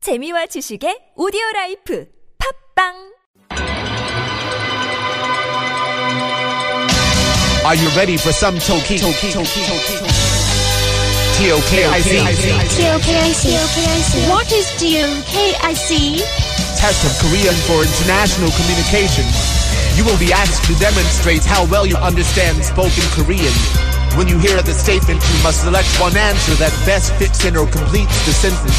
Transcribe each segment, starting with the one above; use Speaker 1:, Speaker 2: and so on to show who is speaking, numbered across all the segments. Speaker 1: 재미와 지식의 오디오 라이프 팝빵
Speaker 2: Are you ready for some Toki? Toki, Toki, Toki. TOKIC.
Speaker 3: TOKIC. What is TOKIC?
Speaker 2: Test of Korean for International Communication. You will be asked to demonstrate how well you understand spoken Korean. When you hear the statement, you must select one answer that best fits in or completes the sentence.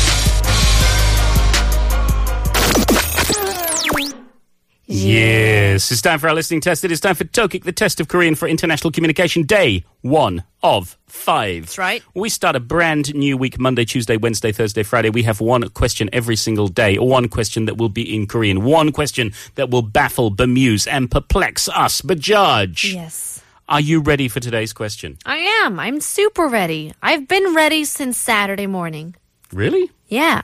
Speaker 4: Yes, it's time for our listening test. It is time for Tokik, the test of Korean for International Communication, day one of five. That's
Speaker 5: right.
Speaker 4: We start a brand new week Monday, Tuesday, Wednesday, Thursday, Friday. We have one question every single day, or one question that will be in Korean, one question that will baffle, bemuse, and perplex us, but judge.
Speaker 5: Yes.
Speaker 4: Are you ready for today's question?
Speaker 5: I am. I'm super ready. I've been ready since Saturday morning.
Speaker 4: Really?
Speaker 5: Yeah.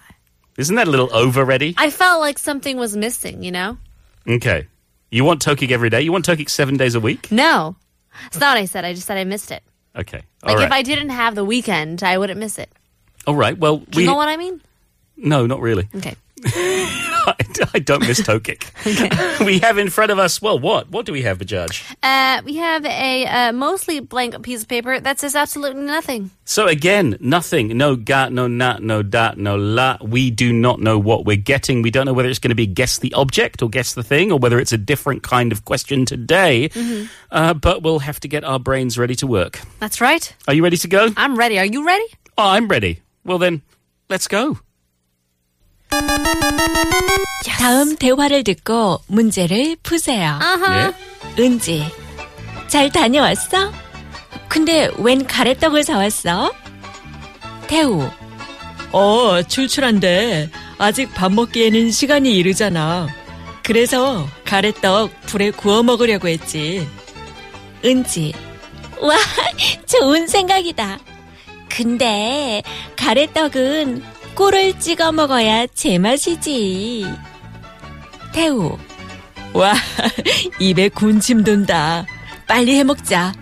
Speaker 4: Isn't that a little over ready?
Speaker 5: I felt like something was missing, you know?
Speaker 4: Okay. You want Tokik every day? You want Tokik seven days a week?
Speaker 5: No. It's not what I said. I just said I missed it.
Speaker 4: Okay. All
Speaker 5: Like
Speaker 4: right.
Speaker 5: if I didn't have the weekend, I wouldn't miss it.
Speaker 4: All right. Well,
Speaker 5: Do
Speaker 4: we.
Speaker 5: you know what I mean?
Speaker 4: No, not really.
Speaker 5: Okay.
Speaker 4: I, I don't miss toe kick. we have in front of us, well, what? What do we have, Bajaj?
Speaker 5: Uh, we have a uh, mostly blank piece of paper that says absolutely nothing.
Speaker 4: So again, nothing. No ga, no na, no da, no la. We do not know what we're getting. We don't know whether it's going to be guess the object or guess the thing or whether it's a different kind of question today. Uh, but we'll have to get our brains ready to work.
Speaker 5: That's right.
Speaker 4: Are you ready to go?
Speaker 5: I'm ready. Are you ready?
Speaker 4: Oh, I'm ready. Well, then, let's go.
Speaker 6: 다음 대화를 듣고 문제를 푸세요.
Speaker 5: Uh-huh.
Speaker 4: Yeah?
Speaker 6: 은지, 잘 다녀왔어? 근데 웬 가래떡을 사왔어? 태우,
Speaker 7: 어, 출출한데 아직 밥 먹기에는 시간이 이르잖아. 그래서 가래떡 불에 구워 먹으려고 했지.
Speaker 6: 은지. 와, 좋은 생각이다. 근데 가래떡은 꿀을 찍어 먹어야 제맛이지. 태우,
Speaker 7: 와, 입에 군침 돈다.
Speaker 6: 빨리 해먹자.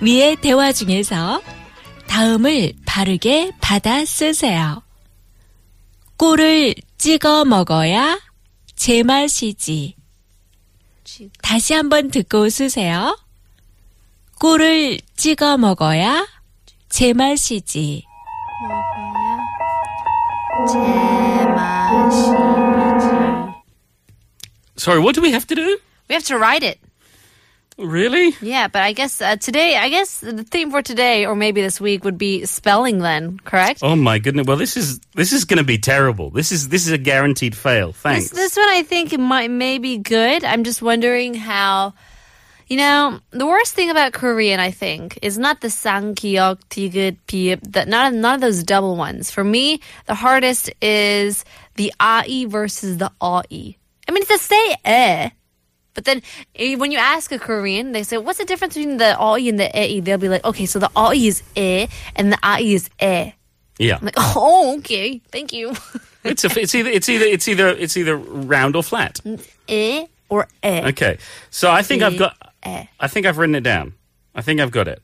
Speaker 6: 위의 대화 중에서 다음을 바르게 받아 쓰세요. 꿀을 찍어 먹어야 제맛이지. 다시 한번 듣고 쓰세요. 꿀을 찍어 먹어야 제맛이지.
Speaker 4: Sorry, what do we have to do?
Speaker 5: We have to write it.
Speaker 4: Really?
Speaker 5: Yeah, but I guess uh, today, I guess the theme for today, or maybe this week, would be spelling then, correct?
Speaker 4: Oh my goodness! Well, this is this is going to be terrible. This is this is a guaranteed fail. Thanks.
Speaker 5: This, this one I think it might may be good. I'm just wondering how. You know, the worst thing about Korean, I think, is not the sang, kiok, tigit, piip, that none of, none of those double ones. For me, the hardest is the ai versus the ai. I mean, it's the say eh, but then eh, when you ask a Korean, they say, what's the difference between the ai and the ai? They'll be like, okay, so the ai is eh and the ai is eh.
Speaker 4: yeah.
Speaker 5: I'm like, oh, okay, thank you.
Speaker 4: It's a, it's either it's either it's either it's either round or flat.
Speaker 5: eh or eh.
Speaker 4: Okay. So I think I've got
Speaker 5: eh.
Speaker 4: I think I've written it down. I think I've got it.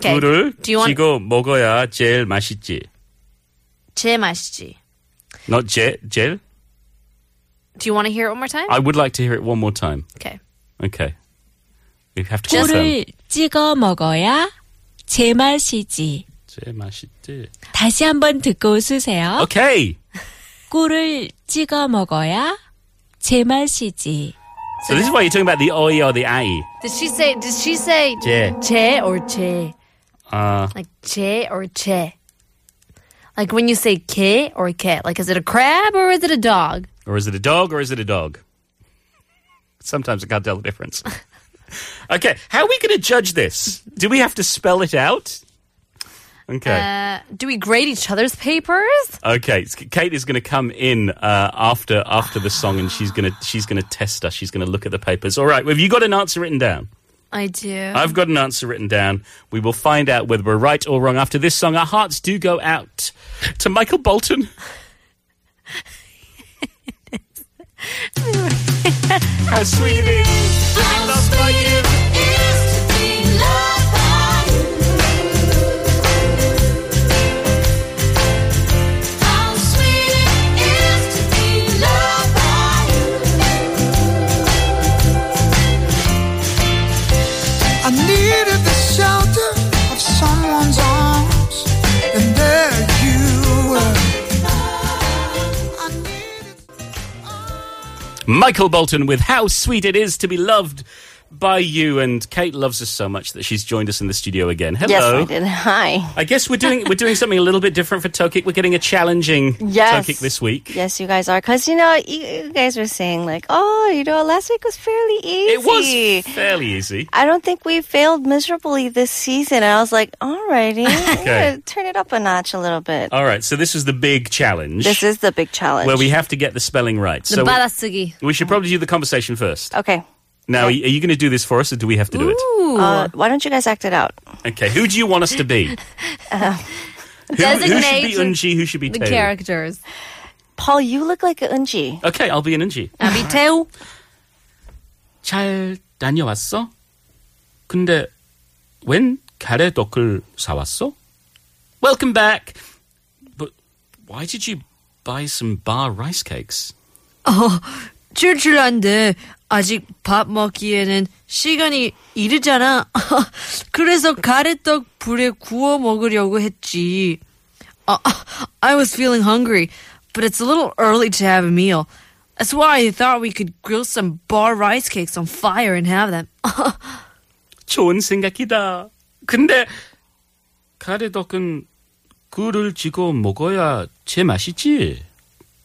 Speaker 5: Okay.
Speaker 4: 꿀을
Speaker 5: Do you want
Speaker 4: 쥐고 먹어야 제일 맛있지.
Speaker 5: 제맛이지?
Speaker 4: Not 제, 제일.
Speaker 5: Do you want to hear it one more time?
Speaker 4: I would like to hear it one more time.
Speaker 5: okay.
Speaker 4: Okay. We have to confirm.
Speaker 6: 꿀을 찍어 먹어야 제맛이지.
Speaker 4: 제일 맛있지.
Speaker 6: 다시 한번 듣고
Speaker 4: 어,
Speaker 6: 쓰세요.
Speaker 4: Okay.
Speaker 6: 꿀을 찍어 먹어야 제맛이지.
Speaker 4: So this is why you're talking about the oi or the ai.
Speaker 5: Did she say? Did she say?
Speaker 4: 제.
Speaker 5: 제 or 제?
Speaker 4: Uh,
Speaker 5: Like 제 or 제? Like when you say ke or ke, like is it a crab or is it a dog?
Speaker 4: Or is it a dog or is it a dog? Sometimes I can't tell the difference. okay, how are we going to judge this? Do we have to spell it out? Okay.
Speaker 5: Uh, do we grade each other's papers?
Speaker 4: okay. s- Kate is going to come in uh, after after the song, and she's going to she's going to test us. She's going to look at the papers. All right. Well, have you got an answer written down?
Speaker 5: I do.
Speaker 4: I've got an answer written down. We will find out whether we're right or wrong after this song. Our hearts do go out to Michael Bolton. How sweet it is. Being loved by you.
Speaker 3: How
Speaker 4: Michael Bolton with How Sweet It Is to Be Loved by You. And Kate loves us so much that she's joined us in the studio again. Hello.
Speaker 8: Yes, I did. Hi.
Speaker 4: I guess we're doing we're doing something a little bit different for Tokik. We're getting a challenging
Speaker 8: Yes.
Speaker 4: Tokik this week.
Speaker 8: Yes, you guys are. Because, you know, you, you guys were saying, like, oh, you know, last week was fairly easy.
Speaker 4: It was fairly easy.
Speaker 8: I don't think we failed miserably this season. And I was like, alrighty, I'm gonna turn it up a notch a little bit.
Speaker 4: All right, so this is the big challenge.
Speaker 8: This is the big challenge.
Speaker 4: where Uh, we have to get the spelling right.
Speaker 5: The
Speaker 4: so we-
Speaker 5: 바다쓰기.
Speaker 4: we, should probably do the conversation first.
Speaker 8: okay.
Speaker 4: Now, are you going to do this for us, or do we have to do it?
Speaker 5: Ooh.
Speaker 8: Uh, why don't you guys act it out?
Speaker 4: Okay, who do you want us to be?
Speaker 8: Uh,
Speaker 4: who, who should be
Speaker 5: Designate
Speaker 4: Unji? Who should be
Speaker 5: the
Speaker 4: Tae?
Speaker 5: characters.
Speaker 8: Paul, you look like a Unji.
Speaker 4: Okay, I'll be an Unji.
Speaker 5: Abby Teo.
Speaker 4: 잘 다녀왔어? 근데 웬 가래 덕을 사왔어? Welcome back. But why did you buy some bar rice cakes?
Speaker 5: 출출한데 아직 밥 먹기에는 시간이 이르잖아. 그래서 가래떡 불에 구워 먹으려고 했지. Uh, I was feeling hungry, but it's a little early to have a meal. That's why I thought we could grill some bar rice cakes on fire and have them.
Speaker 4: 좋은 생각이다. 근데 가래떡은 굴을 쥐고 먹어야 제맛이지.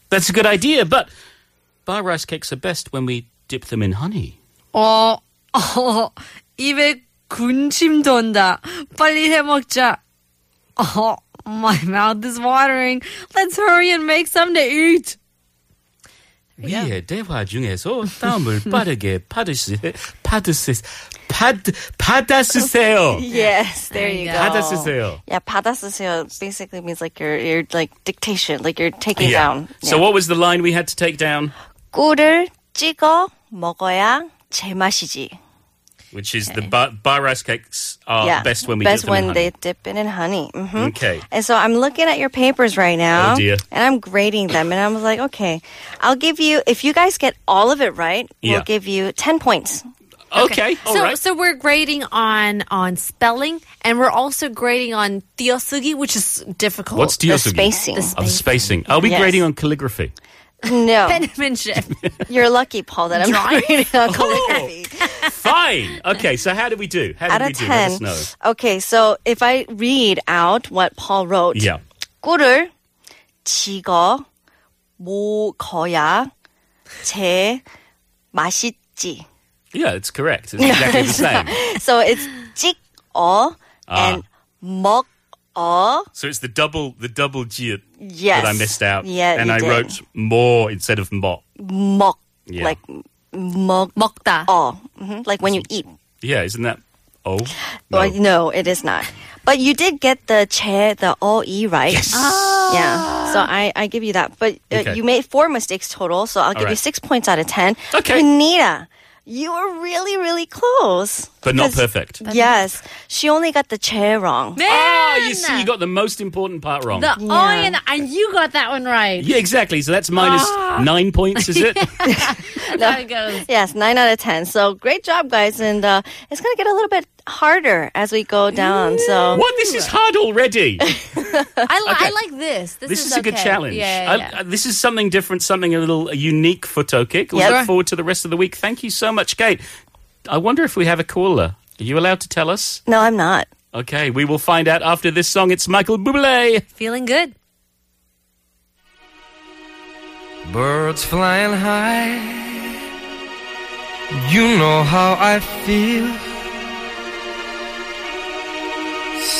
Speaker 4: That's a good idea, but bar rice cakes are best when we dip them in honey.
Speaker 5: 어, 어, 입에 군침 돈다. 빨리 해 먹자. Oh, my mouth is watering. Let's hurry and make some to eat.
Speaker 4: 위의 대화 중에서 땀을 빠르게 받으시, 받으시, 받, 받아쓰세요.
Speaker 8: Yes, there you go.
Speaker 4: 받아쓰세요.
Speaker 8: Yeah, 받아쓰세요 basically means like you're, you're like dictation, like you're taking down.
Speaker 4: So
Speaker 8: yeah.
Speaker 4: what was the line we had to take down?
Speaker 8: 꿀을 찍어 먹어야 제맛이지.
Speaker 4: Which is the bar, bar rice cakes are
Speaker 8: yeah,
Speaker 4: Oh, best when we dip
Speaker 8: best
Speaker 4: them
Speaker 8: when
Speaker 4: in honey.
Speaker 8: they dip it in honey. hmm
Speaker 4: Okay.
Speaker 8: And so I'm looking at your papers right now.
Speaker 4: Oh, dear.
Speaker 8: And I'm grading them. And I was like, okay, I'll give you, if you guys get all of it right,
Speaker 4: Yeah.
Speaker 8: we'll give you 10 points.
Speaker 4: Okay, all Oh, right.
Speaker 5: so so we're grading on on spelling and we're also grading on 띄어쓰기 which is difficult.
Speaker 4: What's
Speaker 8: The
Speaker 4: Diosugi?
Speaker 8: spacing.
Speaker 4: Of spacing. Are we
Speaker 8: Yes.
Speaker 4: grading on calligraphy?
Speaker 8: No.
Speaker 5: penmanship?
Speaker 8: You're lucky, Paul, that I'm not grading on calligraphy.
Speaker 4: Fine. Okay, so how do we do? How
Speaker 8: Out
Speaker 4: did we
Speaker 8: of
Speaker 4: do? Let us
Speaker 8: 10.
Speaker 4: know.
Speaker 8: Okay, so if I read out what Paul wrote.
Speaker 4: Yeah.
Speaker 8: 꿀을 지거 먹어야 제 맛있지.
Speaker 4: Yeah, it's correct. It's exactly the same.
Speaker 8: So it's 찍어
Speaker 4: Ah.
Speaker 8: and 먹어.
Speaker 4: So it's the double the double G
Speaker 8: Yes.
Speaker 4: that I missed out.
Speaker 8: Yeah,
Speaker 4: And
Speaker 8: you
Speaker 4: I
Speaker 8: did.
Speaker 4: wrote more instead of mo.
Speaker 8: 먹
Speaker 4: Yeah.
Speaker 8: like 먹
Speaker 5: 먹다.
Speaker 4: Oh,
Speaker 8: 어. Mhm, Like when you eat.
Speaker 4: Yeah, isn't that oh? No.
Speaker 8: Well, no, it is not. But you did get the che, the all e right. Yeah. So I, I give you that. But uh,
Speaker 4: Okay.
Speaker 8: you made four mistakes total. So I'll give you
Speaker 4: right.
Speaker 8: six points out of ten.
Speaker 4: Okay.
Speaker 8: Anita, you were really, really close.
Speaker 4: But not
Speaker 8: 'Cause-
Speaker 4: perfect.
Speaker 8: Yes. She only got the che wrong.
Speaker 4: Ah, you see you got the most important part wrong.
Speaker 5: The I and and you got that one right.
Speaker 4: yeah, exactly. So that's minus nine points, is it?
Speaker 5: That's how it goes.
Speaker 8: Yes, nine out of ten. So great job, guys, and uh, it's gonna get a little bit harder as we go down. So
Speaker 4: what? This is hard already.
Speaker 5: I, li- I like this.
Speaker 4: This
Speaker 5: This,
Speaker 4: is, a good
Speaker 5: okay.
Speaker 4: challenge.
Speaker 5: Yeah,
Speaker 4: I, I,
Speaker 5: yeah, yeah.
Speaker 4: this is something different, something a little unique for Tokik. We
Speaker 8: Yep.
Speaker 4: look forward to the rest of the week. Thank you so much, Kate. I wonder if we have a caller. Are you allowed to tell us?
Speaker 8: no, I'm not.
Speaker 4: Okay, we will find out after this song. It's Michael Bublé.
Speaker 5: Feeling good.
Speaker 9: Birds flying high. You know how I feel.